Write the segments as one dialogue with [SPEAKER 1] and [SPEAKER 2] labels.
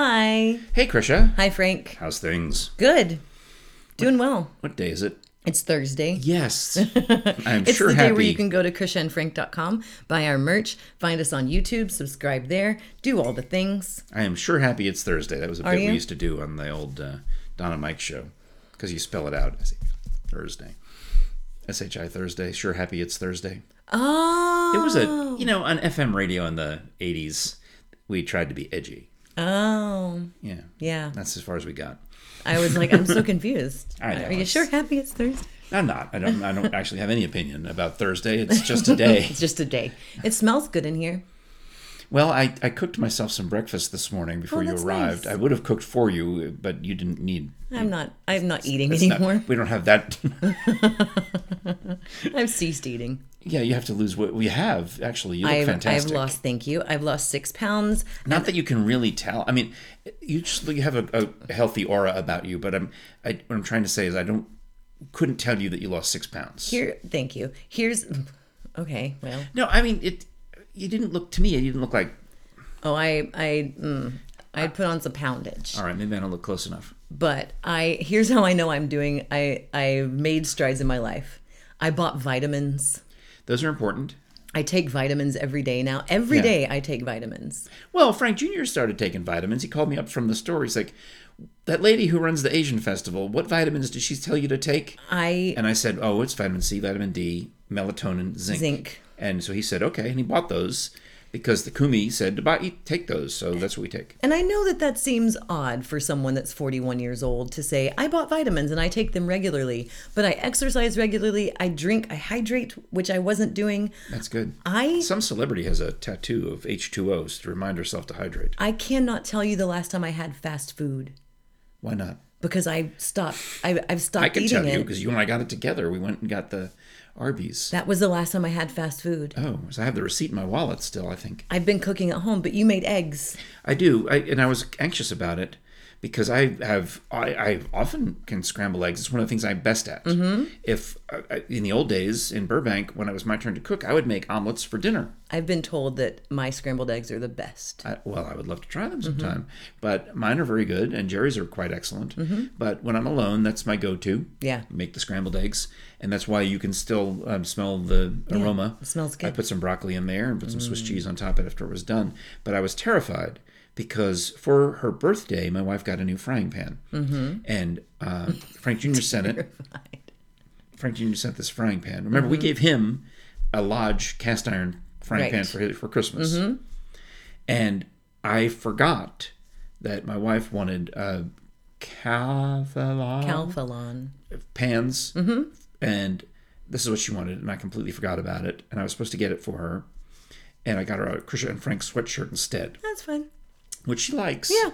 [SPEAKER 1] Hi.
[SPEAKER 2] Hey, Krisha.
[SPEAKER 1] Hi, Frank.
[SPEAKER 2] How's things?
[SPEAKER 1] Good. Doing well.
[SPEAKER 2] What day is it?
[SPEAKER 1] It's Thursday.
[SPEAKER 2] Yes. I'm
[SPEAKER 1] It's
[SPEAKER 2] sure
[SPEAKER 1] the day
[SPEAKER 2] happy.
[SPEAKER 1] where you can go to KushaandFrank.com, buy our merch, find us on YouTube, subscribe there, do all the things.
[SPEAKER 2] I am sure happy it's Thursday. That was a
[SPEAKER 1] Are
[SPEAKER 2] bit
[SPEAKER 1] you?
[SPEAKER 2] we used to do on the old uh, Donna Mike show because you spell it out as Thursday. S H I Thursday. Sure happy it's Thursday.
[SPEAKER 1] Oh.
[SPEAKER 2] It was a, you know, on FM radio in the 80s, we tried to be edgy.
[SPEAKER 1] Oh.
[SPEAKER 2] Yeah.
[SPEAKER 1] Yeah.
[SPEAKER 2] That's as far as we got.
[SPEAKER 1] I was like, I'm so confused.
[SPEAKER 2] I know,
[SPEAKER 1] Are you
[SPEAKER 2] it's-
[SPEAKER 1] sure happy it's Thursday?
[SPEAKER 2] I'm not. I don't. I don't actually have any opinion about Thursday. It's just a day.
[SPEAKER 1] It's just a day. It smells good in here.
[SPEAKER 2] Well, I, I cooked myself some breakfast this morning before
[SPEAKER 1] Oh,
[SPEAKER 2] you
[SPEAKER 1] that's
[SPEAKER 2] arrived.
[SPEAKER 1] nice.
[SPEAKER 2] I would have cooked for you, but you didn't need.
[SPEAKER 1] I'm not I'm not eating
[SPEAKER 2] it's not-
[SPEAKER 1] anymore.
[SPEAKER 2] we don't have that.
[SPEAKER 1] I've ceased eating.
[SPEAKER 2] yeah, you have to lose weight. We have actually. You look
[SPEAKER 1] I've, I've
[SPEAKER 2] fantastic.
[SPEAKER 1] lost thank you. I've lost six pounds.
[SPEAKER 2] Not that you can really tell. I mean, you just you have a, a healthy aura about you. But I'm I, what I'm trying to say is I don't couldn't tell you that you lost six pounds.
[SPEAKER 1] Here thank you. Here's okay, well.
[SPEAKER 2] No, I mean it. You didn't look to me. You didn't look like.
[SPEAKER 1] Oh, I, I, mm, I put on some poundage,
[SPEAKER 2] All right, maybe I don't look close enough.
[SPEAKER 1] but I. Here's how I know I'm doing. I, I made strides in my life. I bought vitamins.
[SPEAKER 2] Those are important.
[SPEAKER 1] I take vitamins every day now. Every
[SPEAKER 2] Yeah.
[SPEAKER 1] day I take vitamins.
[SPEAKER 2] Well, Frank Jr. started taking vitamins. He called me up from the store. He's like, that lady who runs the Asian festival, what vitamins did she tell you to take?
[SPEAKER 1] I
[SPEAKER 2] And I said, oh, it's vitamin C, vitamin D, melatonin, zinc.
[SPEAKER 1] Zinc.
[SPEAKER 2] And so he said, okay. And he bought those because the kumi said to buy, eat, take those. So that's what we take.
[SPEAKER 1] and I know that that seems odd for someone that's 41 years old to say I bought vitamins and I take them regularly, but I exercise regularly, I drink, I hydrate, which I wasn't doing.
[SPEAKER 2] That's good.
[SPEAKER 1] I
[SPEAKER 2] Some celebrity has a tattoo of H2O's to remind herself to hydrate.
[SPEAKER 1] I cannot tell you the last time I had fast food
[SPEAKER 2] Why not?
[SPEAKER 1] because I stopped. I, I've stopped
[SPEAKER 2] I can
[SPEAKER 1] eating
[SPEAKER 2] tell you
[SPEAKER 1] it.
[SPEAKER 2] because you and I got it together. We went and got the Arby's.
[SPEAKER 1] That was the last time I had fast food.
[SPEAKER 2] Oh, so I have the receipt in my wallet still, I think.
[SPEAKER 1] I've been cooking at home, but you made eggs.
[SPEAKER 2] I do, I, and I was anxious about it because I have I, I often can scramble eggs. It's one of the things I'm best at. If I, I- in the old days in Burbank, when it was my turn to cook, I would make omelets for dinner.
[SPEAKER 1] I've been told that my scrambled eggs are the best.
[SPEAKER 2] I, well, I would love to try them
[SPEAKER 1] Mm-hmm.
[SPEAKER 2] sometime, but mine are very good, and Jerry's are quite excellent. But when I'm alone, that's my go-to.
[SPEAKER 1] Mm-hmm. Yeah.
[SPEAKER 2] make the scrambled eggs, and that's why you can still um, smell the aroma.
[SPEAKER 1] it smells
[SPEAKER 2] I
[SPEAKER 1] good. Mm.
[SPEAKER 2] put some broccoli in there and put some Swiss cheese on top of it after it was done. But I was terrified because for her birthday, my wife got a new frying pan, mm-hmm. and uh, Frank Jr. sent it. Frank Jr. sent this frying pan. Remember, we gave him a Lodge cast iron frying
[SPEAKER 1] Mm-hmm. Right. Mm-hmm.
[SPEAKER 2] pan for his, for Christmas, and I forgot that my wife wanted uh, Kavalan
[SPEAKER 1] Calphalon.
[SPEAKER 2] pans, and this is what she wanted, and I completely forgot about it. And I was supposed to get it for her, and I got her a Krisha and Frank sweatshirt instead,
[SPEAKER 1] That's fine.
[SPEAKER 2] which she likes.
[SPEAKER 1] Yeah.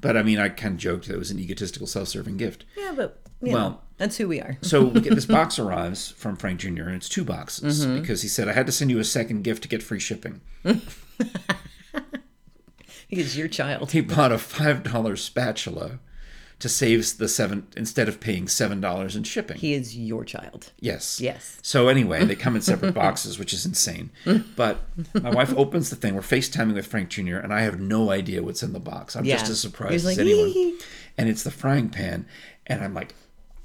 [SPEAKER 2] But I mean, I kind of joked that it was an egotistical, self-serving gift.
[SPEAKER 1] Yeah, but you
[SPEAKER 2] Well-
[SPEAKER 1] know, that's who we are.
[SPEAKER 2] So we get this box arrives from Frank Jr. and it's two boxes because he said I had to send you a second gift to get free shipping.
[SPEAKER 1] Because your child.
[SPEAKER 2] He bought a five dollar spatula to save the seven instead of paying seven dollars in shipping.
[SPEAKER 1] He is your child.
[SPEAKER 2] yes.
[SPEAKER 1] Yes.
[SPEAKER 2] So anyway, they come in separate boxes, which is insane. But my wife opens the thing. We're FaceTiming with Frank Jr. and I have no idea what's in the box. I'm just
[SPEAKER 1] Yeah.
[SPEAKER 2] as surprised
[SPEAKER 1] He's like,
[SPEAKER 2] as anyone.
[SPEAKER 1] "Hee-hee."
[SPEAKER 2] And it's the frying pan, and I'm like,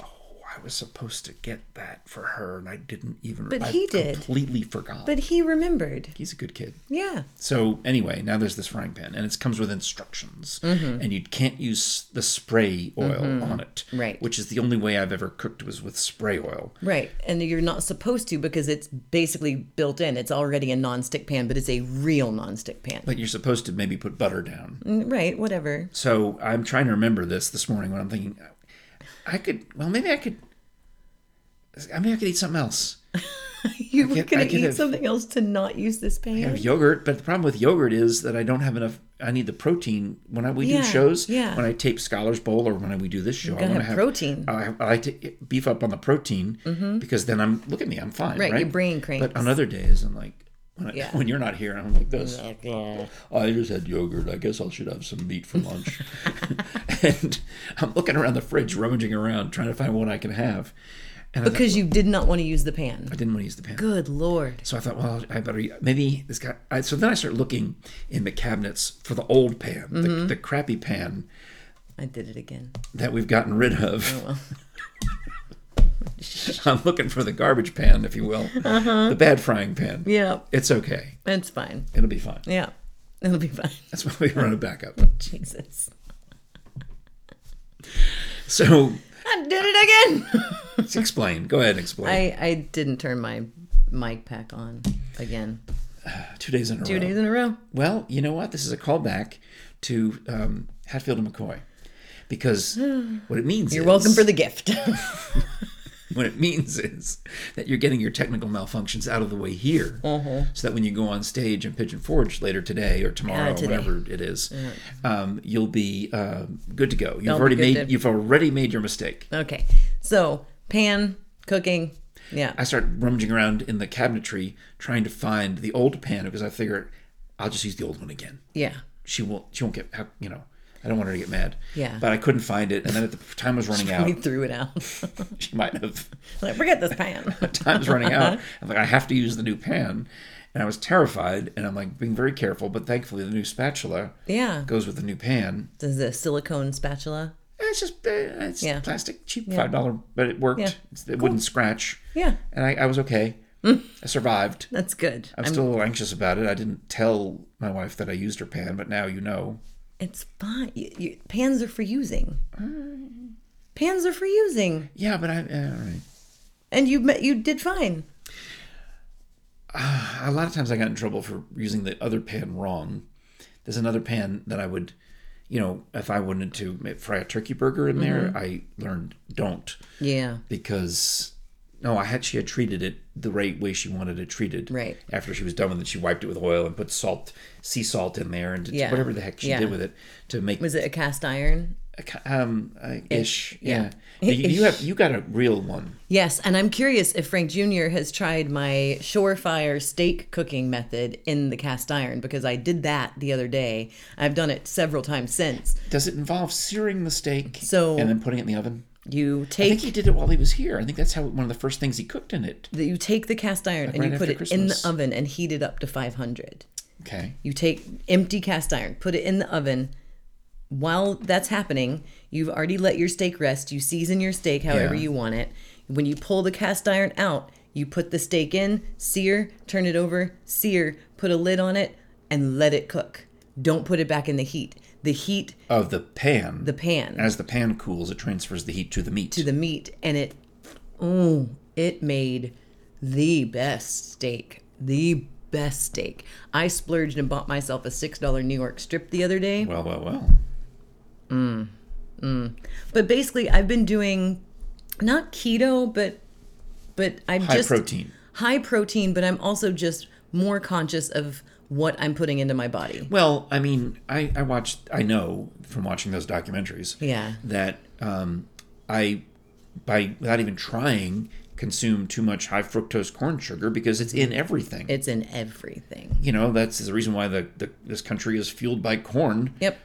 [SPEAKER 2] oh, I was supposed to get that for her, and I didn't even.
[SPEAKER 1] But
[SPEAKER 2] I
[SPEAKER 1] he did.
[SPEAKER 2] Completely forgot.
[SPEAKER 1] But he remembered.
[SPEAKER 2] He's a good kid.
[SPEAKER 1] Yeah.
[SPEAKER 2] So anyway, now there's this frying pan, and it comes with instructions, and you can't use the spray oil on it,
[SPEAKER 1] Right.
[SPEAKER 2] Which is the only way I've ever cooked was with spray oil.
[SPEAKER 1] Right. And you're not supposed to because it's basically built in. It's already a nonstick pan, but it's a real nonstick pan.
[SPEAKER 2] But you're supposed to maybe put butter down.
[SPEAKER 1] right, whatever.
[SPEAKER 2] So I'm trying to remember this this morning when I'm thinking, I could, well, maybe I could, I mean, I could eat something else.
[SPEAKER 1] You were
[SPEAKER 2] can't-
[SPEAKER 1] going
[SPEAKER 2] I
[SPEAKER 1] to
[SPEAKER 2] can't
[SPEAKER 1] eat
[SPEAKER 2] have-
[SPEAKER 1] something else to not use this pan?
[SPEAKER 2] I have yogurt, but the problem with yogurt is that I don't have enough. I need the protein when I, we
[SPEAKER 1] Yeah,
[SPEAKER 2] do shows.
[SPEAKER 1] yeah.
[SPEAKER 2] When I tape Scholars Bowl or when I, we do this show, I
[SPEAKER 1] gotta
[SPEAKER 2] want to
[SPEAKER 1] have
[SPEAKER 2] have
[SPEAKER 1] protein. Mm-hmm.
[SPEAKER 2] I, I like to beef up on the protein because then I'm look at me, I'm fine.
[SPEAKER 1] Right,
[SPEAKER 2] Right,
[SPEAKER 1] your brain cranks.
[SPEAKER 2] But on other days, I'm like. When, I,
[SPEAKER 1] Yeah.
[SPEAKER 2] when you're not here, I'm like this. I just had yogurt. I guess I should have some meat for lunch. and I'm looking around the fridge, rummaging around, trying to find what I can have. And I thought,
[SPEAKER 1] because you did not want to use the pan.
[SPEAKER 2] I didn't want to use the pan.
[SPEAKER 1] Good lord.
[SPEAKER 2] So I thought, well, I better maybe this guy. I, so then I started looking in the cabinets for the old pan,
[SPEAKER 1] Mm-hmm.
[SPEAKER 2] the, the crappy pan
[SPEAKER 1] I did it again.
[SPEAKER 2] that we've gotten rid of.
[SPEAKER 1] Oh,
[SPEAKER 2] I'm looking for the garbage pan, if you will,
[SPEAKER 1] Uh-huh.
[SPEAKER 2] the bad frying pan.
[SPEAKER 1] Yeah,
[SPEAKER 2] It's okay.
[SPEAKER 1] it's fine.
[SPEAKER 2] It'll be fine.
[SPEAKER 1] Yeah, it'll be fine.
[SPEAKER 2] That's why we run a backup.
[SPEAKER 1] Jesus.
[SPEAKER 2] So
[SPEAKER 1] I did it again.
[SPEAKER 2] let's explain. Go ahead and explain.
[SPEAKER 1] I, I didn't turn my mic pack on again.
[SPEAKER 2] two days in a
[SPEAKER 1] Two
[SPEAKER 2] row.
[SPEAKER 1] days in a row.
[SPEAKER 2] Well, you know what? This is a callback to um, Hatfield and McCoy, because what it means
[SPEAKER 1] You're welcome
[SPEAKER 2] is-
[SPEAKER 1] for the gift.
[SPEAKER 2] What it means is that you're getting your technical malfunctions out of the way here,
[SPEAKER 1] Uh-huh.
[SPEAKER 2] so that when you go on stage in Pigeon Forge later today or tomorrow,
[SPEAKER 1] Uh, today.
[SPEAKER 2] whenever it is, um, you'll be uh, good to go. You've
[SPEAKER 1] be
[SPEAKER 2] already
[SPEAKER 1] good
[SPEAKER 2] made
[SPEAKER 1] to-
[SPEAKER 2] you've already made your mistake.
[SPEAKER 1] okay, so pan cooking. Yeah,
[SPEAKER 2] I start rummaging around in the cabinetry trying to find the old pan because I figure I'll just use the old one again.
[SPEAKER 1] yeah.
[SPEAKER 2] She won't. She won't get. how- You know. I don't want her to get mad.
[SPEAKER 1] Yeah.
[SPEAKER 2] But I couldn't find it, and then at the time was running
[SPEAKER 1] We
[SPEAKER 2] out.
[SPEAKER 1] threw it out.
[SPEAKER 2] She might have.
[SPEAKER 1] like forget this pan.
[SPEAKER 2] time's running out. I'm like, I have to use the new pan. And I was terrified and I'm like being very careful, but thankfully the new spatula
[SPEAKER 1] Yeah,
[SPEAKER 2] goes with the new pan.
[SPEAKER 1] this is a silicone spatula.
[SPEAKER 2] And It's just uh, it's
[SPEAKER 1] Yeah.
[SPEAKER 2] plastic, cheap five dollar, but it worked.
[SPEAKER 1] Yeah.
[SPEAKER 2] It's- It wouldn't scratch.
[SPEAKER 1] Yeah.
[SPEAKER 2] and I, I was okay. I survived.
[SPEAKER 1] That's good.
[SPEAKER 2] I'm, still a little anxious about it. I didn't tell my wife that I used her pan, but now you know.
[SPEAKER 1] It's fine. You, you, pans are for using. Mm. Pans are for using,
[SPEAKER 2] Yeah, but I uh, all right.
[SPEAKER 1] and you met. You did fine.
[SPEAKER 2] a lot of times I got in trouble for using the other pan wrong. There's another pan that I would, you know, if I wanted to ma- fry a turkey burger in
[SPEAKER 1] Mm-hmm.
[SPEAKER 2] there, I learned don't
[SPEAKER 1] Yeah.
[SPEAKER 2] because no, I had she had treated it the right way she wanted it treated.
[SPEAKER 1] Right.
[SPEAKER 2] After she was done with it, she wiped it with oil and put salt, sea salt in there, and did
[SPEAKER 1] Yeah.
[SPEAKER 2] whatever the heck she
[SPEAKER 1] Yeah.
[SPEAKER 2] did with it to make
[SPEAKER 1] Was it a cast iron?
[SPEAKER 2] a ki- um uh, ish. Yeah.
[SPEAKER 1] yeah.
[SPEAKER 2] Now, You, you have you got a real one.
[SPEAKER 1] Yes, and I'm curious if Frank Jr. has tried my surefire steak cooking method in the cast iron because I did that the other day. I've done it several times since.
[SPEAKER 2] Does it involve searing the steak
[SPEAKER 1] So-
[SPEAKER 2] and then putting it in the oven?
[SPEAKER 1] You
[SPEAKER 2] I think
[SPEAKER 1] take
[SPEAKER 2] he did it while he was here. I think that's how one of the first things he cooked in it.
[SPEAKER 1] the, you take the cast iron and
[SPEAKER 2] right
[SPEAKER 1] you put
[SPEAKER 2] after
[SPEAKER 1] it in the
[SPEAKER 2] Christmas.
[SPEAKER 1] oven and heat it up to 500.
[SPEAKER 2] Okay.
[SPEAKER 1] You take empty cast iron, put it in the oven. While that's happening, you've already let your steak rest. You season your steak however
[SPEAKER 2] Yeah.
[SPEAKER 1] you want it. When you pull the cast iron out, you put the steak in, sear, turn it over, sear, put a lid on it, and let it cook. Don't put it back in the heat. The heat,
[SPEAKER 2] Of the pan.
[SPEAKER 1] the pan,
[SPEAKER 2] As the pan cools, it transfers the heat to the meat.
[SPEAKER 1] to the meat, and it, oh, it made the best steak. The best steak. I splurged and bought myself a $6 New York strip the other day.
[SPEAKER 2] well, well, well.
[SPEAKER 1] but basically i've been doing not keto but but i'm
[SPEAKER 2] High
[SPEAKER 1] just
[SPEAKER 2] protein.
[SPEAKER 1] high protein but i'm also just more conscious of what i'm putting into my body
[SPEAKER 2] Well, I mean, I, I watched, I know from watching those documentaries
[SPEAKER 1] Yeah.
[SPEAKER 2] that um, I, by without even trying, consume too much high fructose corn sugar because it's in everything.
[SPEAKER 1] it's in everything
[SPEAKER 2] you know, that's the reason why the, the this country is fueled by corn.
[SPEAKER 1] yep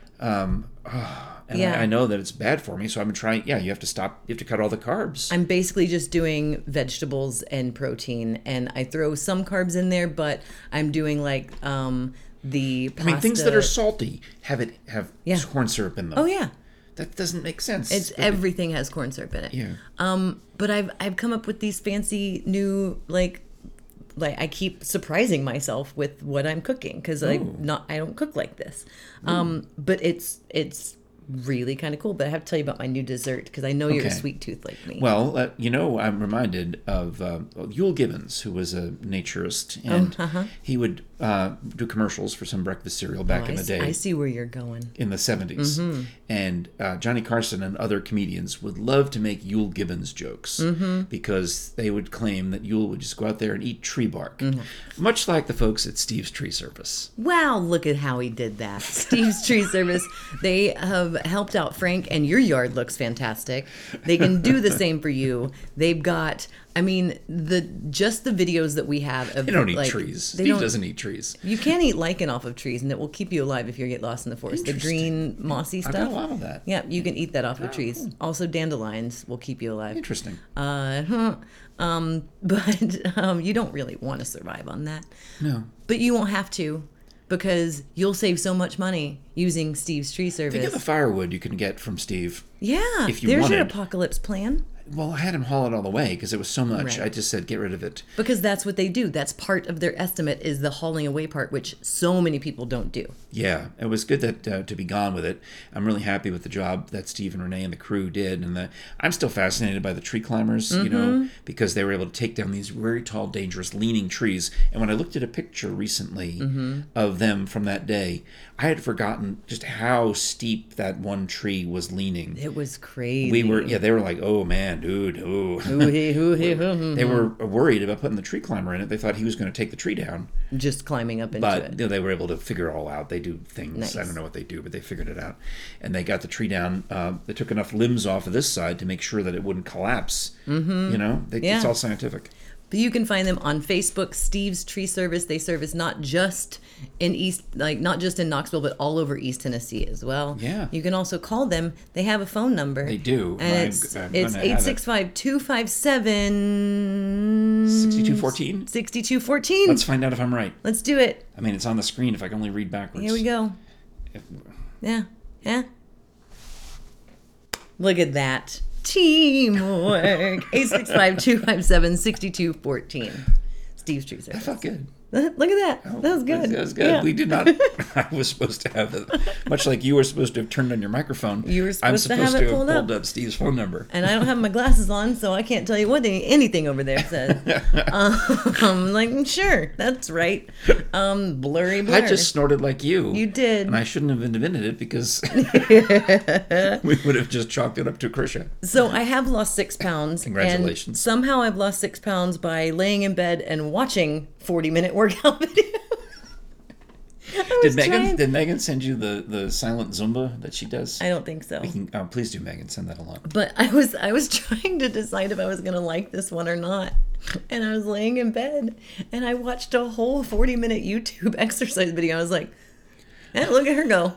[SPEAKER 2] And
[SPEAKER 1] yeah.
[SPEAKER 2] I, I know that it's bad for me, so I've been trying. Yeah, you have to stop, you have to cut all the carbs.
[SPEAKER 1] i'm basically just doing vegetables and protein and i throw some carbs in there but i'm doing like um the pasta.
[SPEAKER 2] I mean, things that are salty have it have
[SPEAKER 1] Yeah.
[SPEAKER 2] corn syrup in them.
[SPEAKER 1] oh yeah
[SPEAKER 2] That doesn't make sense.
[SPEAKER 1] it's everything has corn syrup in it
[SPEAKER 2] yeah.
[SPEAKER 1] but I've I've come up with these fancy new like like I keep surprising myself with what I'm cooking because I not I don't cook like this. Um, but it's it's really kind of cool. But I have to tell you about my new dessert because I know you're a
[SPEAKER 2] Okay.
[SPEAKER 1] sweet tooth like me.
[SPEAKER 2] Well, uh, you know, I'm reminded of uh, Yule Gibbons, who was a naturist,
[SPEAKER 1] Oh,
[SPEAKER 2] and
[SPEAKER 1] uh-huh.
[SPEAKER 2] he would uh, do commercials for some breakfast cereal back
[SPEAKER 1] Oh, I,
[SPEAKER 2] in the
[SPEAKER 1] s- Mm-hmm.
[SPEAKER 2] day
[SPEAKER 1] I see where you're going.
[SPEAKER 2] in the 70s. And uh, Johnny Carson and other comedians would love to make Yule Gibbons jokes
[SPEAKER 1] Mm-hmm.
[SPEAKER 2] because they would claim that Yule would just go out there and eat tree bark,
[SPEAKER 1] Mm-hmm.
[SPEAKER 2] much like the folks at Steve's Tree Service.
[SPEAKER 1] Wow, look at how he did that. Steve's Tree Service. They have helped out Frank, and your yard looks fantastic. They can do the same for you. They've got, I mean, the just the videos that we have of
[SPEAKER 2] They don't eat
[SPEAKER 1] like,
[SPEAKER 2] trees.
[SPEAKER 1] They
[SPEAKER 2] Steve
[SPEAKER 1] don't-
[SPEAKER 2] doesn't eat trees.
[SPEAKER 1] You can eat lichen off of trees, and it will keep you alive if you get lost in the forest. The green mossy
[SPEAKER 2] I've
[SPEAKER 1] stuff.
[SPEAKER 2] got Oh, a lot of that.
[SPEAKER 1] Yeah, you can eat that off of trees. Also, dandelions will keep you alive.
[SPEAKER 2] Interesting.
[SPEAKER 1] Uh, huh. um, but um, you don't really want to survive on that.
[SPEAKER 2] No.
[SPEAKER 1] But you won't have to because you'll save so much money using Steve's tree
[SPEAKER 2] Think of
[SPEAKER 1] service.
[SPEAKER 2] the firewood you can get from Steve.
[SPEAKER 1] yeah,
[SPEAKER 2] if you
[SPEAKER 1] there's your
[SPEAKER 2] wanted.
[SPEAKER 1] apocalypse plan
[SPEAKER 2] Well, I had him haul it all the way because it was so much.
[SPEAKER 1] Right.
[SPEAKER 2] I just said, get rid of it.
[SPEAKER 1] because that's what they do. That's part of their estimate is the hauling away part, which so many people don't do.
[SPEAKER 2] Yeah, it was good that uh, to be gone with it. I'm really happy with the job that Steve and Renee and the crew did, and the, I'm still fascinated by the tree climbers. You know, because they were able to take down these very tall, dangerous, leaning trees. And when I looked at a picture recently of them from that day, I had forgotten just how steep that one tree was leaning.
[SPEAKER 1] It was crazy.
[SPEAKER 2] We were, yeah, they were like, oh man, dude, oh.
[SPEAKER 1] Ooh-hee, ooh-hee, ooh-hee.
[SPEAKER 2] They were
[SPEAKER 1] Mm-hmm.
[SPEAKER 2] worried about putting the tree climber in it. They thought he was going to take the tree down,
[SPEAKER 1] just climbing up into
[SPEAKER 2] but
[SPEAKER 1] it.
[SPEAKER 2] you know, they were able to figure it all out. They do things. I
[SPEAKER 1] Nice.
[SPEAKER 2] don't know what they do, but they figured it out. And they got the tree down. Uh, they took enough limbs off of this side to make sure that it wouldn't collapse. Mm-hmm. You know, they,
[SPEAKER 1] Yeah.
[SPEAKER 2] it's all scientific.
[SPEAKER 1] But you can find them on Facebook, Steve's Tree Service. They service not just in East, like not just in Knoxville, but all over East Tennessee as well.
[SPEAKER 2] Yeah.
[SPEAKER 1] You can also call them. They have a phone number.
[SPEAKER 2] They do.
[SPEAKER 1] And
[SPEAKER 2] I'm-
[SPEAKER 1] it's,
[SPEAKER 2] I'm
[SPEAKER 1] it's
[SPEAKER 2] gonna have it.
[SPEAKER 1] 865 257
[SPEAKER 2] Sixty-two fourteen.
[SPEAKER 1] 6214.
[SPEAKER 2] Let's find out if I'm right.
[SPEAKER 1] Let's do it.
[SPEAKER 2] I mean, it's on the screen. If I can only read backwards.
[SPEAKER 1] Here we go. Yeah. Yeah. Look at that. Teamwork. 865 257 6214. Steve's Tree Service.
[SPEAKER 2] That felt good.
[SPEAKER 1] Look at that. that was good.
[SPEAKER 2] Oh, That was good.
[SPEAKER 1] Yeah.
[SPEAKER 2] We did not. I was supposed to have it, much like you were supposed to have turned on your microphone.
[SPEAKER 1] You were
[SPEAKER 2] I'm
[SPEAKER 1] supposed to have
[SPEAKER 2] supposed
[SPEAKER 1] it
[SPEAKER 2] to have
[SPEAKER 1] pulled
[SPEAKER 2] pulled
[SPEAKER 1] up.
[SPEAKER 2] up. Steve's phone number.
[SPEAKER 1] and I don't have my glasses on, so I can't tell you what any, anything over there says. um, like, sure, that's right. Um, blurry blur.
[SPEAKER 2] I just snorted like you.
[SPEAKER 1] You did.
[SPEAKER 2] And I shouldn't have invented it because we would have just chalked it up to Krisha.
[SPEAKER 1] So I have lost six pounds. And
[SPEAKER 2] Congratulations.
[SPEAKER 1] somehow I've lost six pounds by laying in bed and watching 40 minute workout videos. I was
[SPEAKER 2] Did Megan
[SPEAKER 1] trying-
[SPEAKER 2] did Megan send you the, the silent Zumba that she does?
[SPEAKER 1] I don't think so.
[SPEAKER 2] oh, please do, Megan. Send that along.
[SPEAKER 1] But I was I was trying to decide if I was gonna like this one or not. And I was laying in bed and I watched a whole 40 minute YouTube exercise video. I was like, eh, look at her go.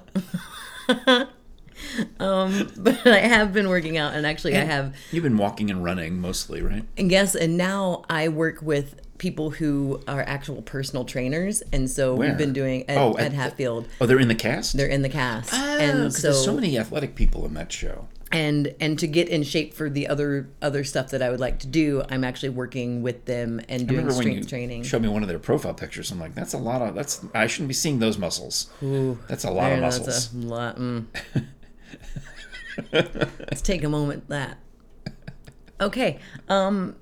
[SPEAKER 1] um, but I have been working out and actually I have
[SPEAKER 2] You've been walking and running mostly, right?
[SPEAKER 1] and yes, and now I work with people who are actual personal trainers and so
[SPEAKER 2] Where?
[SPEAKER 1] we've been doing at,
[SPEAKER 2] Oh,
[SPEAKER 1] at,
[SPEAKER 2] at the-
[SPEAKER 1] Hatfield.
[SPEAKER 2] Oh, they're in the cast.
[SPEAKER 1] They're in the cast.
[SPEAKER 2] oh,
[SPEAKER 1] and
[SPEAKER 2] 'cause there's so many athletic people in that show.
[SPEAKER 1] and and to get in shape for the other other stuff that I would like to do, I'm actually working with them and doing
[SPEAKER 2] Remember when
[SPEAKER 1] strength
[SPEAKER 2] you
[SPEAKER 1] training.
[SPEAKER 2] showed me one of their profile pictures? I'm like, that's a lot of that's. I shouldn't be seeing those muscles. that's a lot
[SPEAKER 1] Yeah,
[SPEAKER 2] of
[SPEAKER 1] that's
[SPEAKER 2] muscles.
[SPEAKER 1] a lot. mm. Let's take a moment for that. Okay. Um,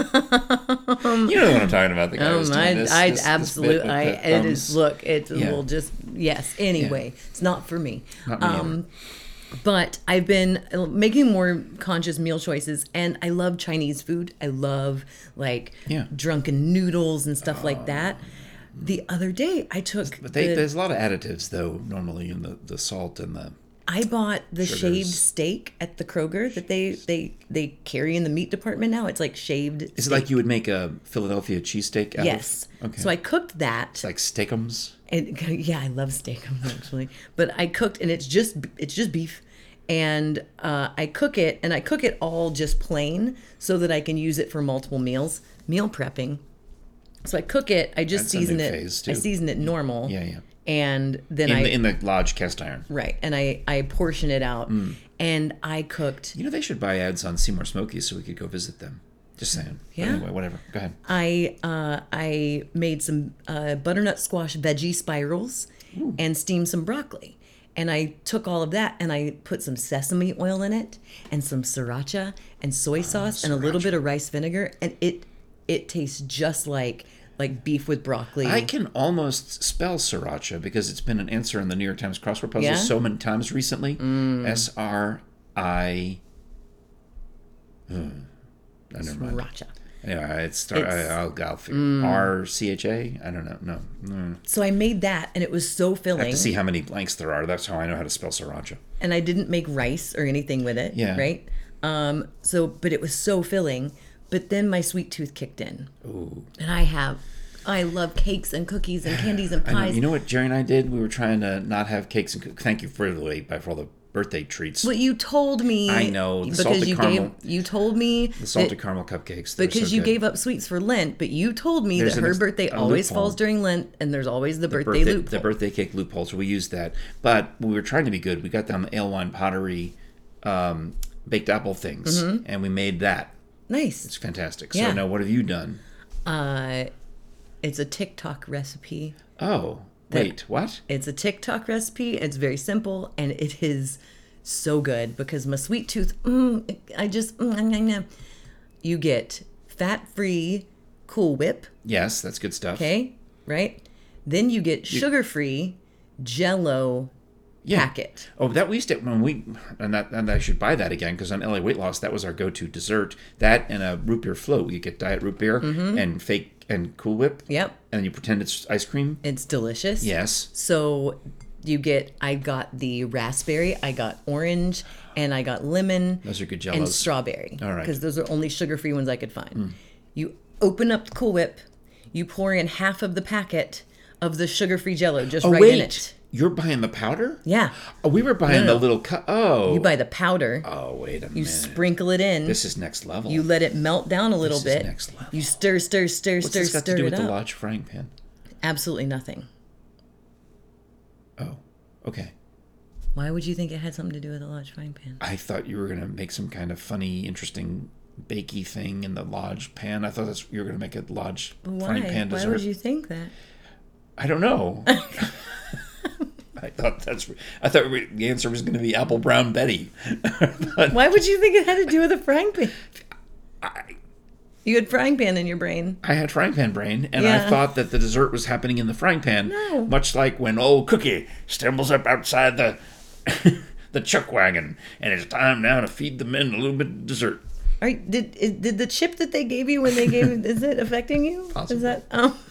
[SPEAKER 2] You know what I'm talking about. The guy who's
[SPEAKER 1] um,
[SPEAKER 2] doing
[SPEAKER 1] I,
[SPEAKER 2] this.
[SPEAKER 1] I
[SPEAKER 2] this- this bit
[SPEAKER 1] absolutely,
[SPEAKER 2] with
[SPEAKER 1] I,
[SPEAKER 2] the
[SPEAKER 1] it is,
[SPEAKER 2] thumbs.
[SPEAKER 1] look, it
[SPEAKER 2] Yeah.
[SPEAKER 1] will just, yes, anyway, it's not for me. Um,
[SPEAKER 2] Not me either.
[SPEAKER 1] but I've been uh, making more conscious meal choices, and I love Chinese food. I love like
[SPEAKER 2] Yeah. Oh.
[SPEAKER 1] drunken noodles and stuff like that. The other day, I took
[SPEAKER 2] But they,
[SPEAKER 1] the-
[SPEAKER 2] there's a lot of additives though. Normally in the, the salt and the
[SPEAKER 1] I bought the shaved
[SPEAKER 2] Sugars.
[SPEAKER 1] steak at the Kroger that they they they carry in the meat department now. It's like shaved.
[SPEAKER 2] is it like you would make a Philadelphia cheesesteak? Out
[SPEAKER 1] Yes.
[SPEAKER 2] Of? Okay.
[SPEAKER 1] So I cooked that.
[SPEAKER 2] like steakums.
[SPEAKER 1] and yeah, I love steak actually, but I cooked and it's just it's just beef, and uh, I cook it and I cook it all just plain so that I can use it for multiple meals, meal prepping. So I cook it. I just
[SPEAKER 2] That's a new
[SPEAKER 1] season it.
[SPEAKER 2] phase,
[SPEAKER 1] I
[SPEAKER 2] too.
[SPEAKER 1] season it normal.
[SPEAKER 2] Yeah, yeah.
[SPEAKER 1] And then
[SPEAKER 2] In
[SPEAKER 1] I
[SPEAKER 2] the in the lodge cast iron.
[SPEAKER 1] right and I I portion it out,
[SPEAKER 2] Mm.
[SPEAKER 1] and I cooked.
[SPEAKER 2] You know they should buy ads on Seymour Smokies so we could go visit them. Just saying. But
[SPEAKER 1] Yeah.
[SPEAKER 2] Anyway, whatever. Go ahead.
[SPEAKER 1] I uh, I made some uh, butternut squash veggie spirals and steamed some broccoli. And I took all of that and I put some sesame oil in it and some sriracha and soy sauce and a little bit of rice vinegar and it it tastes just like like beef with broccoli.
[SPEAKER 2] I can almost spell sriracha because it's been an answer in the New York Times crossword puzzle
[SPEAKER 1] Yeah? Mm.
[SPEAKER 2] so many times recently. S R I. Hmm. Oh, never mind.
[SPEAKER 1] sriracha.
[SPEAKER 2] Yeah, it's, star-
[SPEAKER 1] It's- Mm.
[SPEAKER 2] I, I'll, I'll figure R C H A. I don't know. No, no.
[SPEAKER 1] So I made that, and it was so
[SPEAKER 2] I have
[SPEAKER 1] filling.
[SPEAKER 2] to see how many blanks there are. That's how I know how to spell sriracha.
[SPEAKER 1] and I didn't make rice or anything with it.
[SPEAKER 2] Yeah.
[SPEAKER 1] Right. Um, so, but it was so filling. But then my sweet tooth kicked in,
[SPEAKER 2] Ooh.
[SPEAKER 1] and I have, I love cakes and cookies and candies and
[SPEAKER 2] I know.
[SPEAKER 1] pies.
[SPEAKER 2] You know what Jerry and I did? We were trying to not have cakes and cook. Thank you for the late by for all the birthday treats.
[SPEAKER 1] but you told me.
[SPEAKER 2] I know, the
[SPEAKER 1] because
[SPEAKER 2] salted
[SPEAKER 1] you
[SPEAKER 2] caramel-
[SPEAKER 1] gave you told me
[SPEAKER 2] the
[SPEAKER 1] that-
[SPEAKER 2] salted caramel cupcakes. they're
[SPEAKER 1] because
[SPEAKER 2] so
[SPEAKER 1] you
[SPEAKER 2] good.
[SPEAKER 1] gave up sweets for Lent, but you told me
[SPEAKER 2] There's
[SPEAKER 1] that
[SPEAKER 2] an
[SPEAKER 1] her
[SPEAKER 2] ex-
[SPEAKER 1] birthday
[SPEAKER 2] a
[SPEAKER 1] always
[SPEAKER 2] loophole.
[SPEAKER 1] falls during Lent, and there's always the birthday,
[SPEAKER 2] birthday,
[SPEAKER 1] loophole.
[SPEAKER 2] the birthday cake loophole. So we used that, but we were trying to be good. We got down the ale wine pottery, um, baked apple things, and we made that.
[SPEAKER 1] nice.
[SPEAKER 2] It's fantastic. So
[SPEAKER 1] Mm-hmm. Yeah.
[SPEAKER 2] now, what have you done?
[SPEAKER 1] Uh, it's a TikTok recipe.
[SPEAKER 2] Oh, wait, what?
[SPEAKER 1] It's a TikTok recipe. It's very simple, and it is so good because my sweet tooth. Mm, I just mm, nom, nom, nom. you get fat-free Cool Whip.
[SPEAKER 2] Yes, that's good stuff.
[SPEAKER 1] Okay, right. Then you get sugar-free Jello
[SPEAKER 2] Yeah.
[SPEAKER 1] packet.
[SPEAKER 2] Oh, that we used to when we and that and I should buy that again because on LA Weight Loss that was our go-to dessert. That and a root beer float. You get diet root beer
[SPEAKER 1] Mm-hmm.
[SPEAKER 2] and fake and Cool Whip.
[SPEAKER 1] Yep,
[SPEAKER 2] And you pretend it's ice cream.
[SPEAKER 1] it's delicious.
[SPEAKER 2] Yes.
[SPEAKER 1] So you get I got the raspberry, I got orange, and I got lemon
[SPEAKER 2] Those are good
[SPEAKER 1] and
[SPEAKER 2] jellos.
[SPEAKER 1] strawberry.
[SPEAKER 2] All right. Hmm.
[SPEAKER 1] Because those are only sugar free ones I could find. You open up the Cool Whip, you pour in half of the packet of the sugar free jello just
[SPEAKER 2] oh
[SPEAKER 1] right
[SPEAKER 2] wait,
[SPEAKER 1] in it.
[SPEAKER 2] you're buying the powder?
[SPEAKER 1] Yeah.
[SPEAKER 2] Oh, we were buying
[SPEAKER 1] no.
[SPEAKER 2] the little cu- oh.
[SPEAKER 1] You buy the powder,
[SPEAKER 2] oh, wait a
[SPEAKER 1] you
[SPEAKER 2] minute.
[SPEAKER 1] sprinkle it in,
[SPEAKER 2] this is next level.
[SPEAKER 1] you let it melt down a little
[SPEAKER 2] is
[SPEAKER 1] bit.
[SPEAKER 2] next level.
[SPEAKER 1] You stir, stir, stir,
[SPEAKER 2] What's
[SPEAKER 1] stir,
[SPEAKER 2] this got
[SPEAKER 1] stir
[SPEAKER 2] to do
[SPEAKER 1] it
[SPEAKER 2] with
[SPEAKER 1] up.
[SPEAKER 2] the Lodge frying pan?
[SPEAKER 1] Absolutely nothing.
[SPEAKER 2] Oh, okay.
[SPEAKER 1] Why would you think it had something to do with a large frying pan?
[SPEAKER 2] I thought you were gonna make some kind of funny, interesting bakey thing in the lodge pan. I thought that's you were gonna make a lodge
[SPEAKER 1] Why?
[SPEAKER 2] frying pan
[SPEAKER 1] Why
[SPEAKER 2] dessert.
[SPEAKER 1] would you think that?
[SPEAKER 2] I don't know. I thought that's. I thought we- the answer was gonna be apple brown Betty. But
[SPEAKER 1] Why would you think it had to do with a frying pan?
[SPEAKER 2] I,
[SPEAKER 1] You had frying pan in your brain.
[SPEAKER 2] I had frying pan brain, and I
[SPEAKER 1] Yeah.
[SPEAKER 2] thought that the dessert was happening in the frying pan.
[SPEAKER 1] No.
[SPEAKER 2] Much like when old Cookie stumbles up outside the the chuck wagon, and it's time now to feed the men a little bit of dessert.
[SPEAKER 1] All right, did is, did the chip that they gave you when they gave is it affecting you?
[SPEAKER 2] Possibly.
[SPEAKER 1] Is that oh.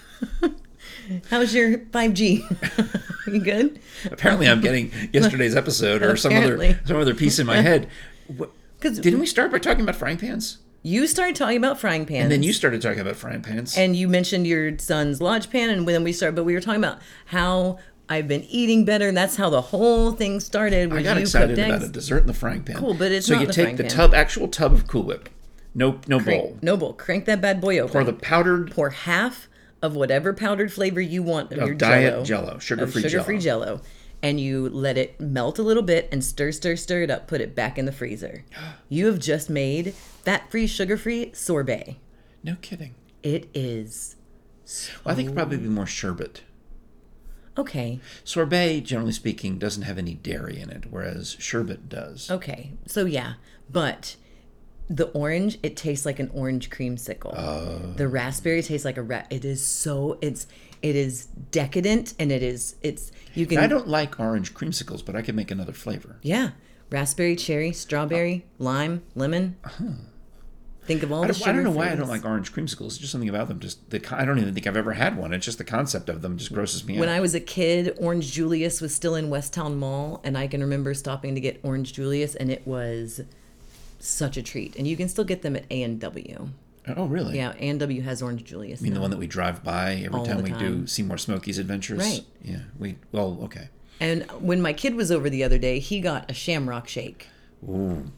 [SPEAKER 1] How's your 5G? you good?
[SPEAKER 2] Apparently, I'm getting yesterday's episode or some other
[SPEAKER 1] Apparently.
[SPEAKER 2] some other piece in my head. What,
[SPEAKER 1] 'Cause-
[SPEAKER 2] didn't we start by talking about frying pans?
[SPEAKER 1] You started talking about frying pans.
[SPEAKER 2] And then you started talking about frying pans.
[SPEAKER 1] and you mentioned your son's lodge pan and then we started but we were talking about how I've been eating better and that's how the whole thing started
[SPEAKER 2] I
[SPEAKER 1] was
[SPEAKER 2] got
[SPEAKER 1] you
[SPEAKER 2] excited
[SPEAKER 1] cooked
[SPEAKER 2] about a
[SPEAKER 1] eggs.
[SPEAKER 2] dessert in the frying pan.
[SPEAKER 1] Cool, but it's
[SPEAKER 2] so
[SPEAKER 1] not
[SPEAKER 2] you
[SPEAKER 1] the
[SPEAKER 2] take
[SPEAKER 1] frying
[SPEAKER 2] the
[SPEAKER 1] pan.
[SPEAKER 2] tub, actual tub of Cool Whip, no, no bowl,
[SPEAKER 1] Crank, Noble, crank that bad boy open.
[SPEAKER 2] or the powdered
[SPEAKER 1] pour half of whatever powdered flavor you want of, your
[SPEAKER 2] of
[SPEAKER 1] Jell-O,
[SPEAKER 2] diet Jello, sugar
[SPEAKER 1] of
[SPEAKER 2] free
[SPEAKER 1] sugar-free
[SPEAKER 2] Jello.
[SPEAKER 1] Jello. and you let it melt a little bit and stir, stir, stir it up. Put it back in the freezer. You have just made fat-free, sugar-free sorbet.
[SPEAKER 2] No kidding.
[SPEAKER 1] It is
[SPEAKER 2] Well, I think it'd probably be more sherbet.
[SPEAKER 1] okay.
[SPEAKER 2] Sorbet, generally speaking, doesn't have any dairy in it, whereas sherbet does.
[SPEAKER 1] Okay, so yeah, but the orange it tastes like an orange creamsicle.
[SPEAKER 2] Oh.
[SPEAKER 1] the raspberry tastes like a ra- It is so it's it is decadent and it is it's you can
[SPEAKER 2] I don't like orange creamsicles, but I could make another flavor.
[SPEAKER 1] Yeah. Raspberry, cherry, strawberry, lime, lemon. Think of all
[SPEAKER 2] Oh. I
[SPEAKER 1] the
[SPEAKER 2] don't, I
[SPEAKER 1] sugar
[SPEAKER 2] don't know why I don't
[SPEAKER 1] flavors.
[SPEAKER 2] like orange creamsicles. It's just something about them. Just the con- I don't even think I've ever had one. It's just the concept of them just grosses me
[SPEAKER 1] When
[SPEAKER 2] out.
[SPEAKER 1] I was a kid, Orange Julius was still in Westtown Mall, and I can remember stopping to get Orange Julius, and it was such a treat. And you can still get them at A and W.
[SPEAKER 2] oh, really?
[SPEAKER 1] Yeah, A and W has Orange Julius.
[SPEAKER 2] You mean
[SPEAKER 1] now.
[SPEAKER 2] the one that we drive by every
[SPEAKER 1] All
[SPEAKER 2] time
[SPEAKER 1] the
[SPEAKER 2] we do
[SPEAKER 1] time.
[SPEAKER 2] Seymour Smokies adventures?
[SPEAKER 1] Right.
[SPEAKER 2] Yeah. We well, okay.
[SPEAKER 1] And when my kid was over the other day, he got a Shamrock Shake.
[SPEAKER 2] Ooh.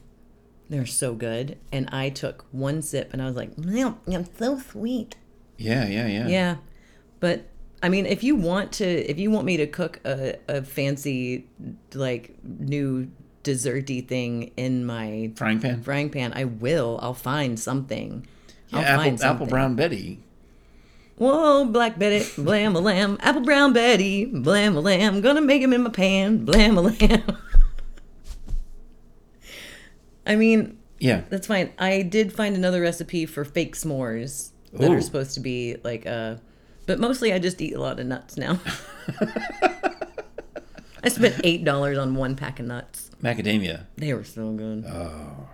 [SPEAKER 1] They're so good, and I took one sip, and I was like, "Man, I'm so sweet."
[SPEAKER 2] Yeah, yeah, yeah.
[SPEAKER 1] Yeah, but I mean, if you want to, if you want me to cook a, a fancy, like new desserty thing in my
[SPEAKER 2] Frying pan.
[SPEAKER 1] frying pan, I will. I'll find something.
[SPEAKER 2] Yeah,
[SPEAKER 1] I'll
[SPEAKER 2] apple,
[SPEAKER 1] find something.
[SPEAKER 2] apple brown Betty.
[SPEAKER 1] Whoa, black Betty, blam a lamb, apple brown Betty, blam a lamb, gonna make him in my pan, blam a lamb. I mean,
[SPEAKER 2] Yeah.
[SPEAKER 1] that's fine. I did find another recipe for fake s'mores that
[SPEAKER 2] Ooh.
[SPEAKER 1] are supposed to be like uh but mostly I just eat a lot of nuts now. I spent eight dollars on one pack of nuts.
[SPEAKER 2] Macadamia.
[SPEAKER 1] They were so good. it's
[SPEAKER 2] Oh,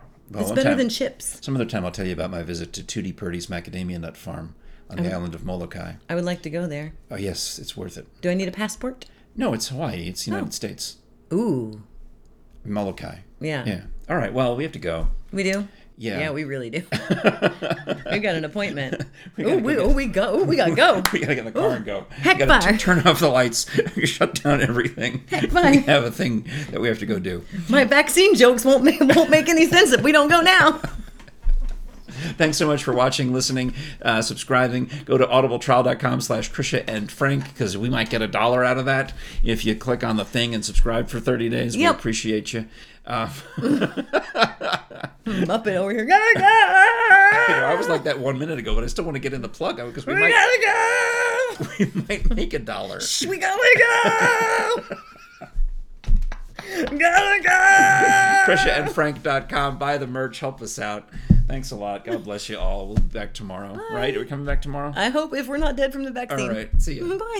[SPEAKER 2] one
[SPEAKER 1] better
[SPEAKER 2] time-
[SPEAKER 1] than chips.
[SPEAKER 2] Some other time, I'll tell you about my visit to Tutti Purdy's macadamia nut farm on the island of Molokai.
[SPEAKER 1] I would like to go there.
[SPEAKER 2] Oh yes, it's worth it. Oh.
[SPEAKER 1] Do I need a passport?
[SPEAKER 2] No, it's Hawaii. It's the United States.
[SPEAKER 1] Ooh,
[SPEAKER 2] Molokai.
[SPEAKER 1] yeah,
[SPEAKER 2] Yeah. All right. Well, we have to go.
[SPEAKER 1] we do.
[SPEAKER 2] Yeah.
[SPEAKER 1] Oh. Yeah. we really do. we got an appointment.
[SPEAKER 2] gotta
[SPEAKER 1] oh,
[SPEAKER 2] go
[SPEAKER 1] we,
[SPEAKER 2] get-
[SPEAKER 1] oh, we go. Oh, we gotta go.
[SPEAKER 2] We gotta get in the car and go.
[SPEAKER 1] heck
[SPEAKER 2] we gotta
[SPEAKER 1] fire.
[SPEAKER 2] turn off the lights. shut down everything.
[SPEAKER 1] fire.
[SPEAKER 2] We have a thing that we have to go do.
[SPEAKER 1] My vaccine jokes won't make, won't make any sense if we don't go now.
[SPEAKER 2] Thanks so much for watching, listening, uh, subscribing. Go to audibletrial.com slash Trisha and Frank because we might get a dollar out of that if you click on the thing and subscribe for 30 days.
[SPEAKER 1] Yep.
[SPEAKER 2] We appreciate you. Uh,
[SPEAKER 1] Muppet over here. Gotta go.
[SPEAKER 2] you know, I was like that one minute ago, but I still want to get in the plug because we
[SPEAKER 1] We
[SPEAKER 2] might,
[SPEAKER 1] gotta go.
[SPEAKER 2] we might make a dollar.
[SPEAKER 1] We gotta go. gotta go.
[SPEAKER 2] TrishaandFrank.com. Buy the merch. Help us out. Thanks a lot. God bless you all. We'll be back tomorrow. Right? Are we coming back tomorrow?
[SPEAKER 1] I hope if we're not dead from the vaccine.
[SPEAKER 2] All right. See you.
[SPEAKER 1] Bye.